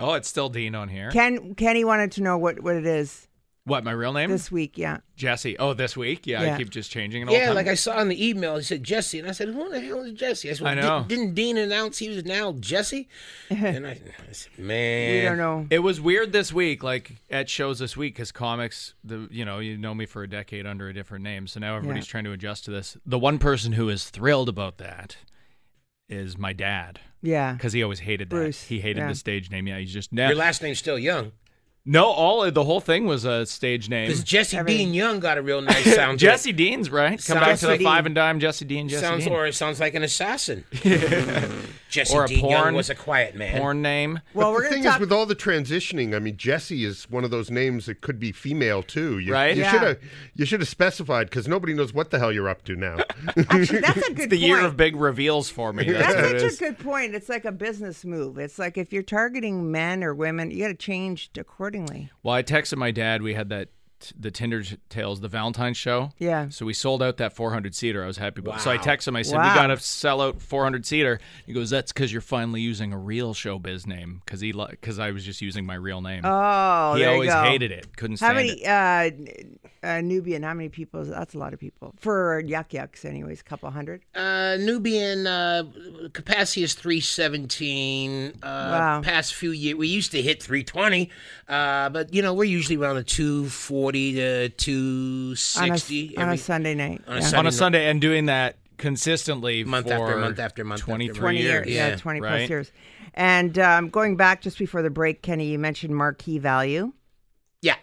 S3: Oh, it's still Dean on here.
S2: Ken. Kenny wanted to know what, what it is
S3: what, my real name?
S2: this week. Yeah,
S3: Jesse. Oh, this week? Yeah,
S2: Yeah.
S3: I keep just changing it all the
S4: Yeah,
S3: time.
S4: like I saw in the email, he said Jesse, and I said, "Who the hell is Jesse?" I, said,
S3: I
S4: "Well,
S3: know.
S4: Did, not Dean announce he was now Jesse? and I, I said, "Man,
S2: we
S3: Eh.
S2: don't know.
S3: It was weird this week, like at shows this week, because comics, the you know, you know me for a decade under a different name, so now everybody's
S2: Yeah.
S3: trying to adjust to this. The one person who is thrilled about that is my dad,
S2: Yeah,
S3: because he always hated that.
S2: Bruce,
S3: He hated
S2: yeah.
S3: the stage name. Yeah, he's just no.
S4: Your last name's still Young
S3: no, all the whole thing was a stage name.
S4: because Jesse
S2: Everything.
S4: Dean Young got a real nice sound. to it.
S3: Jesse Dean's right. Come back to
S4: Jesse
S3: the
S4: Dean.
S3: five and dime, Jesse Dean, Jesse
S4: sounds
S3: Dean.
S4: or it sounds like an assassin. Jesse
S3: Or a
S4: Dean Young
S3: porn-
S4: was a quiet man.
S3: porn name.
S2: Well,
S5: But
S2: we're
S5: the
S2: going
S5: thing
S2: to
S5: is,
S2: talk.
S5: with all the transitioning, I mean, Jesse is one of those names that could be female too. You,
S3: Right?
S5: You
S3: Yeah.
S5: should have you should have specified because nobody knows what the hell you're up to now.
S2: Actually, that's a good
S3: The
S2: point.
S3: year of big reveals for me. That's, what it
S2: That's such
S3: is.
S2: a good point. It's like a business move. It's like if you're targeting men or women, you got to change accordingly.
S3: Well, I texted my dad. We had that the Tinder Tales, the Valentine's show.
S2: Yeah.
S3: So we sold out that 400 seater. I was happy about. it. So I texted him. I said,
S2: Wow.
S3: "We got to sell out 400 seater." He goes, "That's because you're finally using a real showbiz name." Because he because I was just using my real name.
S2: Oh,
S3: he
S2: there you
S3: always
S2: go.
S3: hated it. Couldn't
S2: How
S3: stand it.
S2: many uh, uh, Nubian? How many people? is- That's a lot of people for yuck yucks. Anyways, couple hundred.
S4: Uh, Nubian uh, capacity is 317. Uh, Past few years, we used to hit 320, uh, but you know we're usually around the 240 to 260
S2: on a, on a
S4: every-
S2: Sunday night.
S4: on a
S2: yeah.
S4: Sunday
S3: on a
S4: night.
S3: Sunday and doing that consistently
S4: Month
S3: for
S4: after month after month after
S3: 23
S4: month.
S2: 20 years,
S3: years.
S2: yeah,
S4: Yeah,
S2: 20 plus
S3: right.
S2: years. And um, going back just before the break, Kenny, you mentioned marquee value.
S4: Yeah.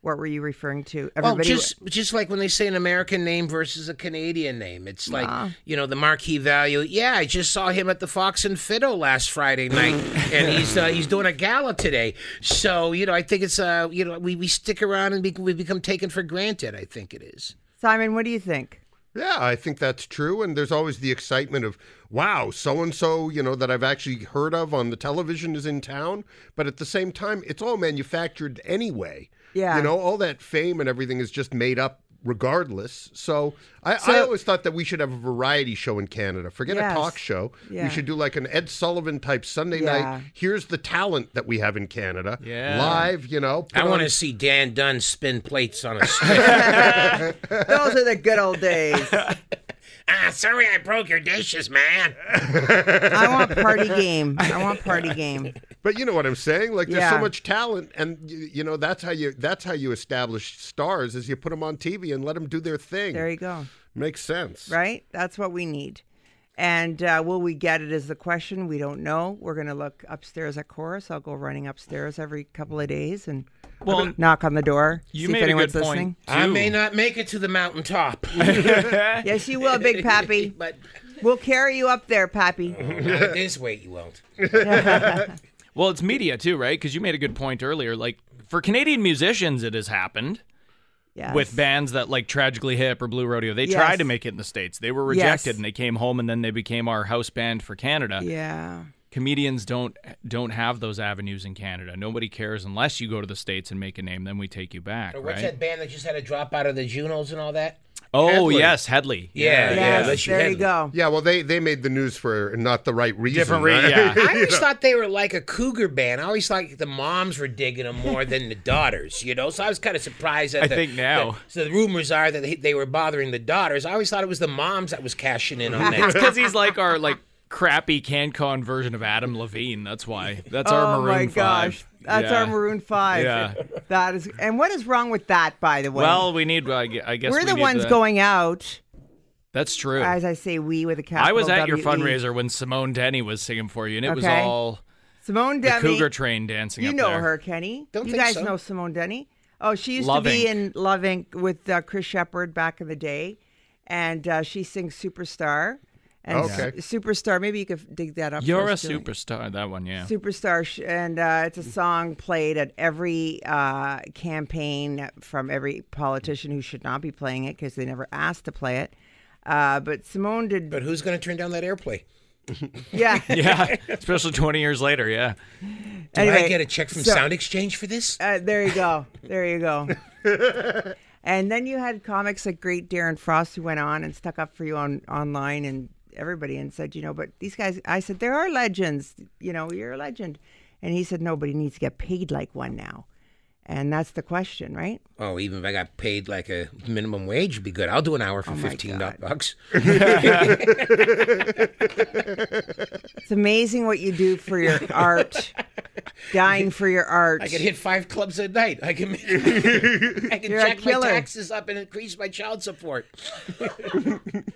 S2: What were you referring to?
S4: Well,
S2: Everybody,
S4: just just like when they say an American name versus a Canadian name, it's like you know the marquee value. Yeah, I just saw him at the Fox and Fiddle last Friday night, and he's uh, he's doing a gala today. So you know, I think it's uh you know we, we stick around and be, we become taken for granted. I think it is.
S2: Simon, what do you think?
S5: yeah, I think that's true. And there's always the excitement of wow, so and so, you know, that I've actually heard of on the television is in town. But at the same time, it's all manufactured anyway.
S2: Yeah.
S5: you know, all that fame and everything is just made up. Regardless, so I, I
S2: So-
S5: always thought that we should have a variety show in Canada. Forget
S2: Yes.
S5: a talk show.
S2: Yeah.
S5: We should do like an Ed Sullivan type Sunday
S2: Yeah.
S5: night. Here's the talent that we have in Canada.
S3: Yeah.
S5: live, you know.
S4: I
S5: put
S4: want
S5: on-
S4: to see Dan Dunn spin plates on a stick.
S2: Those are the good old days.
S4: ah, sorry, I broke your dishes, man.
S2: I want party game. I want party game.
S5: But you know what I'm saying? Like there's
S2: Yeah.
S5: so much talent, and y- you know that's how you that's how you establish stars is you put them on TV and let them do their thing.
S2: There you go.
S5: Makes sense.
S2: right? That's what we need. And uh, will we get it is the question. We don't know. We're going to look upstairs at chorus. I'll go running upstairs every couple of days and
S3: Well,
S2: knock on the door.
S3: You
S2: see
S3: made
S2: if
S3: a
S2: anyone's
S3: good
S2: listening.
S3: point.
S4: I
S3: too.
S4: may not make it to the mountaintop,
S2: Yes, you will, Big Pappy.
S4: but
S2: we'll carry you up there, Pappy.
S3: Uh-huh.
S4: this weight you won't.
S3: Well, it's media too, right? Because you made a good point earlier. Like for Canadian musicians, it has happened
S2: Yes.
S3: with bands that like Tragically Hip or Blue Rodeo. They
S2: Yes.
S3: tried to make it in the states. They were rejected,
S2: Yes.
S3: and they came home, and then they became our house band for Canada.
S2: Yeah.
S3: Comedians don't don't have those avenues in Canada. Nobody cares unless you go to the states and make a name. Then we take you back,
S4: Or Oh, what's
S3: right?
S4: that band that just had to drop out of the Junos and all that?
S3: Oh
S5: Headley.
S3: yes, Headley.
S4: Yeah, yeah.
S2: Yes,
S4: unless
S2: there
S4: had-
S2: you go.
S5: Yeah. Well, they they made the news for not the right reason.
S3: Different re-
S5: right?
S3: yeah.
S4: I always thought they were like a cougar band. I always thought the moms were digging them more than the daughters, you know. So I was kind of surprised. That
S3: I
S4: the-
S3: think now.
S4: that- so the rumors are that they, they were bothering the daughters. I always thought it was the moms that was cashing in on that.
S3: because he's like our like crappy CanCon version of Adam Levine. That's why. That's
S2: oh
S3: our Maroon
S2: my gosh,
S3: 5.
S2: that's
S3: Yeah.
S2: our Maroon Five.
S3: Yeah.
S2: that is. And what is wrong with that, by the way?
S3: Well, we need. I gue- I guess
S2: we're
S3: we
S2: the
S3: need
S2: ones
S3: that.
S2: going out.
S3: That's true.
S2: As I say, we with a capital.
S3: I was at
S2: W
S3: your
S2: E.
S3: fundraiser when Simone Denny was singing for you, and it was
S2: Okay.
S3: all
S2: Simone
S3: the
S2: Demi.
S3: Cougar Train dancing.
S2: You
S3: up
S2: know
S3: there.
S2: her, Kenny.
S4: Don't
S2: you
S4: think
S2: guys
S4: so.
S2: know Simone Denny? Oh, she used
S3: Love
S2: to be
S3: Inc.
S2: in Love Inc. with uh, Chris Shepard back in the day, and uh, she sings Superstar. And
S5: Okay.
S2: Su- Superstar, maybe you could dig that up. for
S3: You're a
S2: us, Julie.
S3: superstar. That one, yeah.
S2: Superstar, sh- and uh,
S4: Mm-hmm.
S2: it's a song played at every uh, campaign from every politician who should not be playing it because they never asked to play it. Uh, but Simone did,
S4: But who's going to turn down that airplay?
S2: yeah.
S3: yeah, especially 20 years later. Yeah.
S4: Do
S2: Anyway,
S4: I get a check from
S2: so-
S4: Sound Exchange for this?
S2: Uh, there you go. There you go. and then you had comics like Great Darren Frost who went on and stuck up for you on online and everybody and said, you know, but these guys, I said, there are legends. You know, you're a legend. And he said, nobody needs to get paid like one now. And that's the question, right?
S4: Oh, even if I got paid like a minimum wage, would be good. I'll do an hour for
S2: Oh my
S4: fifteen
S2: God.
S4: bucks.
S2: It's amazing what you do for your art, dying for your art.
S4: I can hit five clubs a night. I can make, I can
S2: You're a
S4: jack my
S2: killer.
S4: taxes up and increase my child support. You're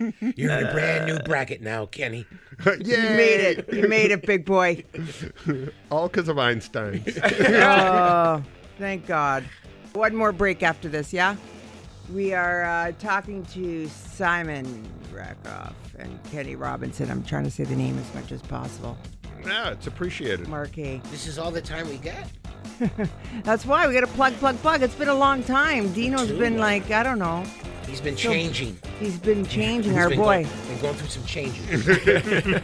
S4: in a brand new bracket now, Kenny.
S2: You made it. You made it, big boy.
S5: All because of Einstein.
S2: Thank God. One more break after this, yeah? We are uh, talking to Simon Rakoff and Kenny Robinson. I'm trying to say the name as much as possible.
S5: yeah, it's appreciated.
S2: Marquee.
S4: This is all the time we got.
S2: That's why we got to plug, plug, plug. It's been a long time. Dino's been like, I don't know.
S4: He's been changing.
S2: He's been changing
S4: He's
S2: our
S4: been
S2: boy.
S4: Going, been going through some changes.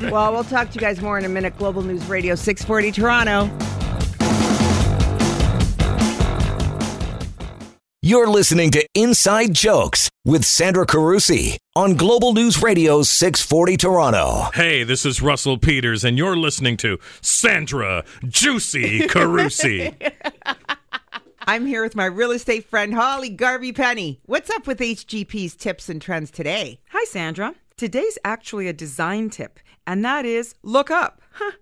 S2: Well, we'll talk to you guys more in a minute. Global News Radio 640 Toronto.
S1: You're listening to Inside Jokes with Sandra Carusi on Global News Radio 640 Toronto.
S10: Hey, this is Russell Peters, and you're listening to Sandra Juicy Carusi.
S2: I'm here with my real estate friend, Holly Garvey Penny. What's up with HGP's tips and trends today?
S11: Hi, Sandra. Today's actually a design tip, and that is look up. Huh.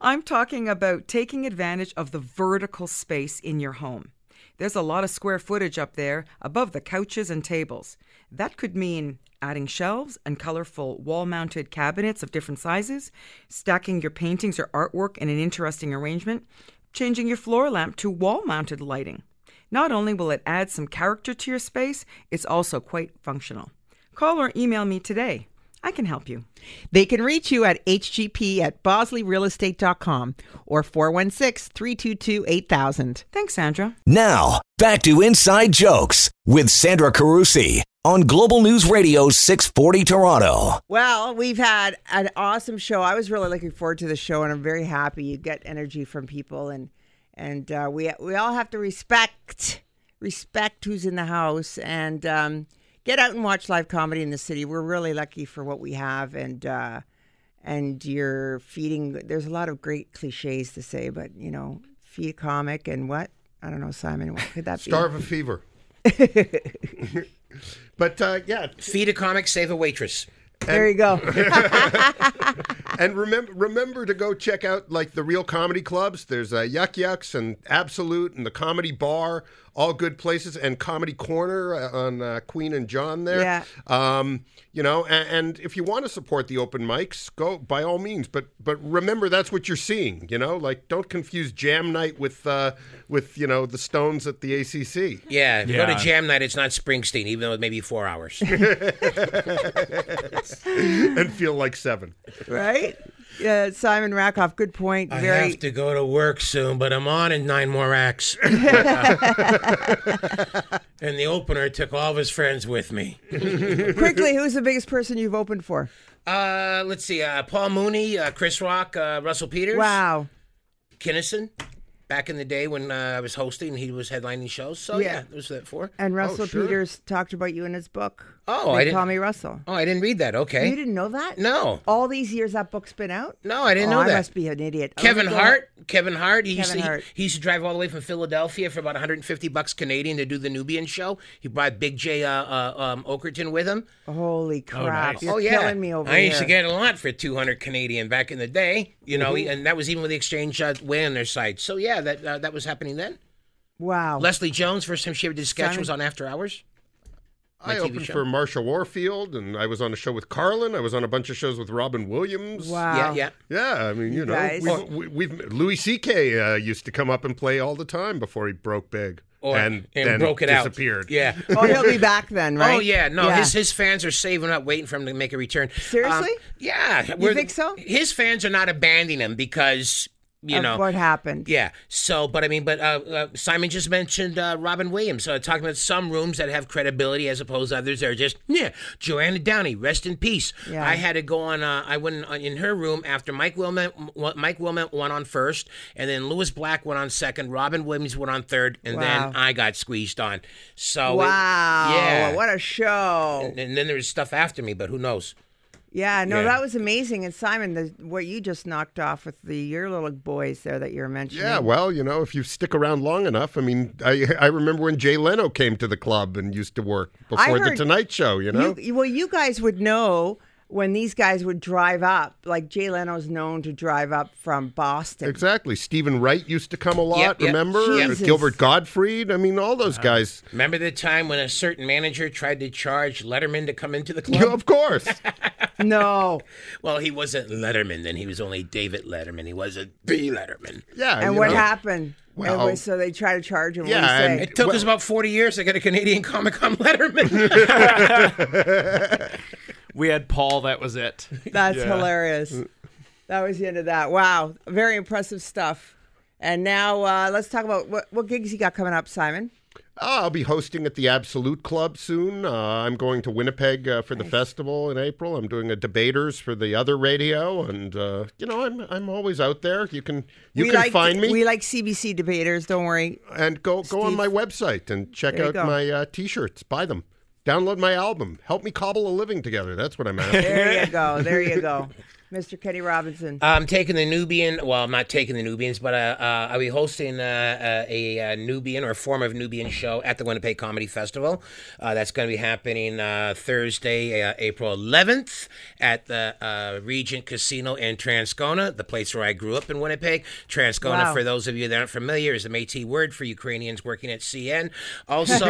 S11: I'm talking about taking advantage of the vertical space in your home. There's a lot of square footage up there above the couches and tables. That could mean adding shelves and colorful wall mounted cabinets of different sizes, stacking your paintings or artwork in an interesting arrangement, changing your floor lamp to wall mounted lighting. Not only will it add some character to your space, it's also quite functional. Call or email me today. I can help you.
S2: They can reach you at hgp at bosleyrealestate.com or 416 322 8000.
S11: Thanks, Sandra.
S1: Now, back to Inside Jokes with Sandra Carusi on Global News Radio 640 Toronto.
S2: Well, we've had an awesome show. I was really looking forward to the show, and I'm very happy you get energy from people, and and uh, we we all have to respect respect who's in the house, and um, get out and watch live comedy in the city. We're really lucky for what we have, and uh, and you're feeding. There's a lot of great cliches to say, but you know, feed a comic and what I don't know, Simon. What could that
S5: Starve a fever. but uh, yeah,
S4: Feed a comic, save a waitress.
S2: be? There you go.
S5: and remember remember to go check out like the real comedy clubs. There's uh, Yuck Yucks and Absolute and the Comedy Bar, all good places, and Comedy Corner uh, on uh, Queen and John there.
S2: Yeah.
S5: Um, you know, and, and if you want to support the open mics, go by all means. But but remember that's what you're seeing. You know, like don't confuse jam night with uh, with you know the Stones at the ACC.
S4: Yeah, if you go to
S3: Yeah.
S4: jam night. It's not Springsteen, even though it may be four hours.
S5: and feel like seven.
S2: right? Yeah, Simon Rakoff, good point.
S4: I
S2: Very
S4: have to go to work soon, but I'm on in nine more acts. and the opener took all of his friends with me.
S2: quickly. Who's the biggest person you've opened for?
S4: Uh, let's see. Uh, Paul Mooney, uh, Chris Rock, uh, Russell Peters,
S2: Wow,
S4: Kinnison. Back in the day when uh, I was hosting, he was headlining shows. So
S2: Yeah.
S4: yeah, those are that four.
S2: and Russell
S5: sure.
S2: Peters talked about you in his book.
S12: Big
S4: Oh, I didn't.
S12: Tommy Russell.
S4: Oh, I didn't read that. Okay.
S12: You didn't know that?
S4: No.
S12: All these years that book's been out?
S4: No, I didn't
S12: Oh,
S4: know that.
S12: I must be an idiot. Oh, I
S4: Kevin
S12: wasn't going-
S4: Hart. Kevin Hart. He used
S12: Kevin
S4: to, he-
S12: Hart.
S4: He, used to drive all the way from Philadelphia for about 150 bucks Canadian to do the Nubian show. He brought Big J uh, uh, um, Okerton with him.
S12: Holy crap!
S4: Oh,
S12: You're
S4: yeah.
S12: killing me over
S4: I
S12: here.
S4: used to get a lot for 200 Canadian back in the day, you know,
S12: Mhm.
S4: and that was even with the exchange uh, way on their site. So yeah, that uh, that was happening then.
S12: wow.
S4: Leslie Jones, first time she ever did sketch
S12: Simon-
S4: was on After Hours. My
S5: I
S4: TV
S5: opened
S4: show.
S5: for Marsha Warfield, and I was on a show with Carlin. I was on a bunch of shows with Robin Williams.
S12: Oh.
S4: Wow. Yeah,
S5: yeah. I mean, you,
S4: You
S5: know,
S4: guys.
S5: we've, we- we've Louis C.K. Uh, used to come up and play all the time before he broke big
S4: Or-
S5: and,
S4: and
S5: then
S4: broke it out.
S5: disappeared.
S4: Yeah.
S12: Oh, he'll be back then, right?
S4: Oh yeah, no, his his fans are saving up, waiting for him to make a return. Um,
S12: Seriously?
S4: yeah,
S12: You
S4: we're-
S12: think so?
S4: His fans are not abandoning him because you
S12: Of
S4: know
S12: what happened.
S4: Yeah. So, but I mean, but uh, uh, Simon just mentioned uh, Robin Williams, uh, talking about some rooms that have credibility as opposed to others that are just yeah. Joanna Downey, rest in peace.
S12: Yeah.
S4: I had to go on. Uh, I went in, in her room after Mike Wilmot. M- Mike Wilmot went on first, and then Lewis Black went on second. Robin Williams went on third, and
S12: Wow.
S4: then I got squeezed on. So it-
S12: wow.
S4: yeah.
S12: What a show.
S4: and, and then there's stuff after me, but who knows?
S12: Yeah, no,
S4: Yeah.
S12: that was amazing. And Simon, the, what you just knocked off with the your little boys there that you were mentioning.
S5: Yeah, well, you know, if you stick around long enough, I mean, I I remember when Jay Leno came to the club and used to work
S12: I
S5: before the
S12: heard-
S5: Tonight Show. You know,
S12: You, well, you guys would know when these guys would drive up. Like Jay Leno's known to drive up from Boston.
S5: exactly. Stephen Wright used to come a lot.
S4: yep.
S5: Remember
S4: Jesus.
S5: Gilbert Gottfried? I mean, all those guys.
S4: Remember the time when a certain manager tried to charge Letterman to come into the club?
S5: of course.
S12: no.
S4: Well, he wasn't Letterman then. He was only David Letterman. He wasn't the Letterman.
S5: Yeah.
S12: and
S5: you
S12: what
S5: know.
S12: happened?
S5: Well-
S12: And we- so they try to charge him.
S5: Yeah,
S12: what do you
S5: and-
S12: say?
S4: It took us about 40 years to get a Canadian Comic Con Letterman.
S13: We had Paul. That was it.
S12: That's hilarious. That was the end of that. Wow, very impressive stuff. And now uh, let's talk about what, what gigs you got coming up, Simon.
S5: Ah, I'll be hosting at the Absolute Club soon. Uh, I'm going to Winnipeg uh, for the festival in April. I'm doing a debaters for the other radio, and uh, you know I'm I'm always out there. You can you
S12: we
S5: can
S12: like,
S5: find me
S12: We like CBC debaters. Don't worry.
S5: and go go on
S12: Steve.
S5: my website and check
S12: There you
S5: out
S12: go.
S5: my uh, t-shirts. Buy them. Download my album. Help me cobble a living together. That's what I'm after.
S12: There you go. There you go, Mr. Kenny Robinson.
S4: I'm taking the Nubian. Well, I'm not taking the Nubians, but uh, uh, I'll be hosting uh, uh, a, uh Nubian or a form of Nubian show at the Winnipeg Comedy Festival. Uh, that's going to be happening uh, Thursday, uh, April 11th, at the uh, Regent Casino in Transcona, the place where I grew up in Winnipeg. Transcona,
S12: Wow.
S4: for those of you that aren't familiar, is the Métis word for Ukrainians working at CN. Also,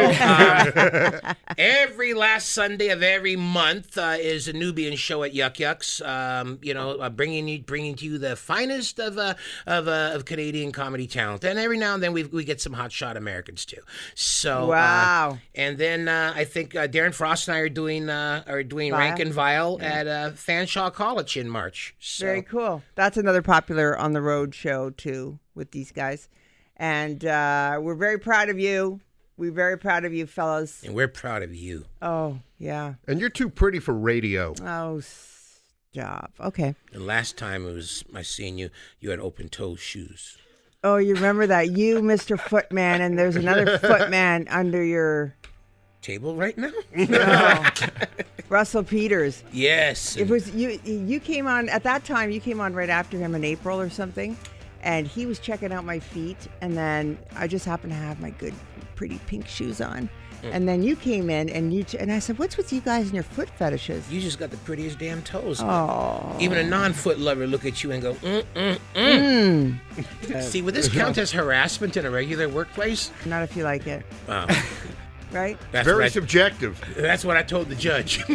S4: uh, every last Sunday of every month uh, is a Nubian show at Yuck Yucks. Um, you know, uh, bringing you, bringing to you the finest of uh, of, uh, of Canadian comedy talent, and every now and then we we get some hotshot Americans too.
S5: Oh,
S4: So uh,
S12: Wow.
S4: and then uh, I think uh, Darren Frost and I are doing uh, are doing
S12: Vile.
S4: rank and vile at uh, Fanshawe College in March. So.
S12: Very cool. That's another popular on the road show too with these guys, and uh, we're very proud of you. We're very proud of you, fellas.
S4: And we're proud of you.
S12: Oh yeah.
S5: and you're too pretty for radio.
S12: Oh, stop. Okay.
S4: The last time it was I seen you, you had open toe shoes.
S12: Oh, you remember that you, Mr. Footman, and there's another Footman under your oh,
S4: Table right now?
S12: Russell Peters.
S4: Yes.
S12: It was you. You came on at that time. You came on right after him in April or something, and he was checking out my feet. And then I just happened to have my good, pretty pink shoes on.
S4: Mm.
S12: And then you came in, and you t- and I said, "What's with you guys and your foot fetishes?"
S4: you just got the prettiest damn toes.
S12: Oh,
S4: Even a non-foot lover look at you and go, mm, mm, mm.
S12: mm.
S4: See, would this count as harassment in a regular workplace?
S12: not if you like it,
S4: Wow.
S12: right?
S4: That's
S5: Very
S4: what I-
S5: subjective.
S4: that's what I told the judge.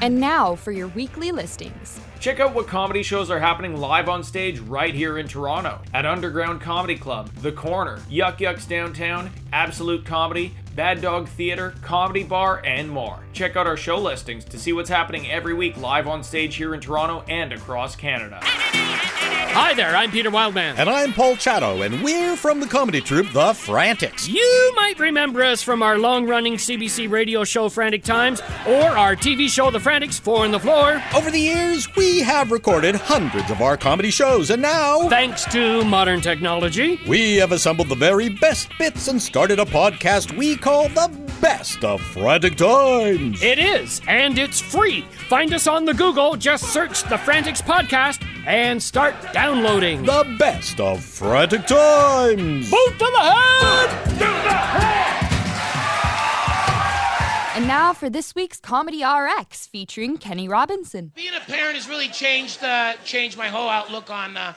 S2: And now for your weekly listings.
S3: Check out what comedy shows are happening live on stage right here in Toronto at Underground Comedy Club, The Corner, Yuck Yucks Downtown, Absolute Comedy, Bad Dog Theater, Comedy Bar, and more. Check out our show listings to see what's happening every week live on stage here in Toronto and across Canada.
S1: Hi there, I'm Peter Wildman. And I'm Paul Chatto, and we're from the comedy troupe The Frantics. You might remember us from our long running CBC radio show Frantic Times or our TV show The Frantics, Four on the Floor. Over the years, we have recorded hundreds of our comedy shows, and now, thanks to modern technology, we have assembled the very best bits and started a podcast we call The best of frantic times.
S3: It is, and it's free. Find us on the Google, just search the Frantics Podcast and start downloading.
S1: The best of frantic times.
S3: Boot to the head!
S2: And now Ah, for this week's Comedy RX featuring Kenny Robinson.
S4: Being a parent has really changed uh, changed my whole outlook on uh,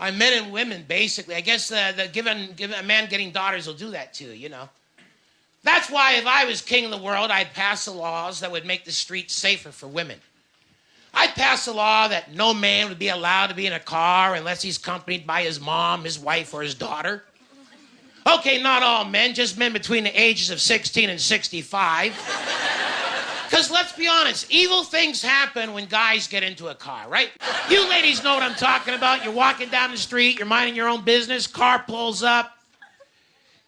S4: on men and women. Basically, I guess uh, the given given a man getting daughters will do that too. You know, that's why if I was king of the world, I'd pass the laws that would make the streets safer for women. I'd pass a law that no man would be allowed to be in a car unless he's accompanied by his mom, his wife, or his daughter. Okay, not all men, just men between the ages of 16 and 65. Because let's be honest, evil things happen when guys get into a car, right? You ladies know what I'm talking about. You're walking down the street, you're minding your own business, car pulls up.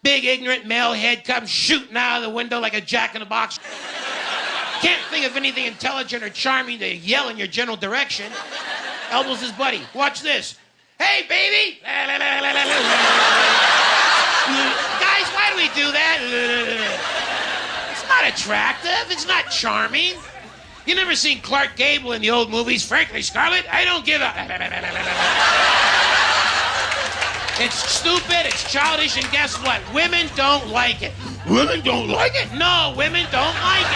S4: Big ignorant male head comes shooting out of the window like a jack in the box. Can't think of anything intelligent or charming to yell in your general direction. Elbows his buddy. Watch this. Hey, baby! Guys, why do we do that? It's not attractive. It's not charming. You never seen Clark Gable in the old movies? Frankly, Scarlett, I don't give a. It's stupid, it's childish, and guess what? Women don't like it. Women don't like it? No, women don't like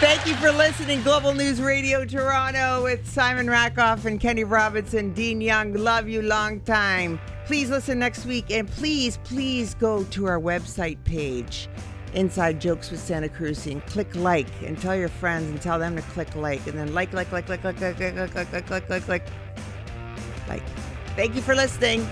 S12: Thank you for listening. Global News Radio Toronto with Simon Rackoff and Kenny Robinson. Dean Young, love you long time. Please listen next week and please, please go to our website page, Inside Jokes with Santa Cruz, and click like and tell your friends and tell them to click like and then like, like, like, like, like, like, like, like, like, like, like, like, like. Thank you for listening.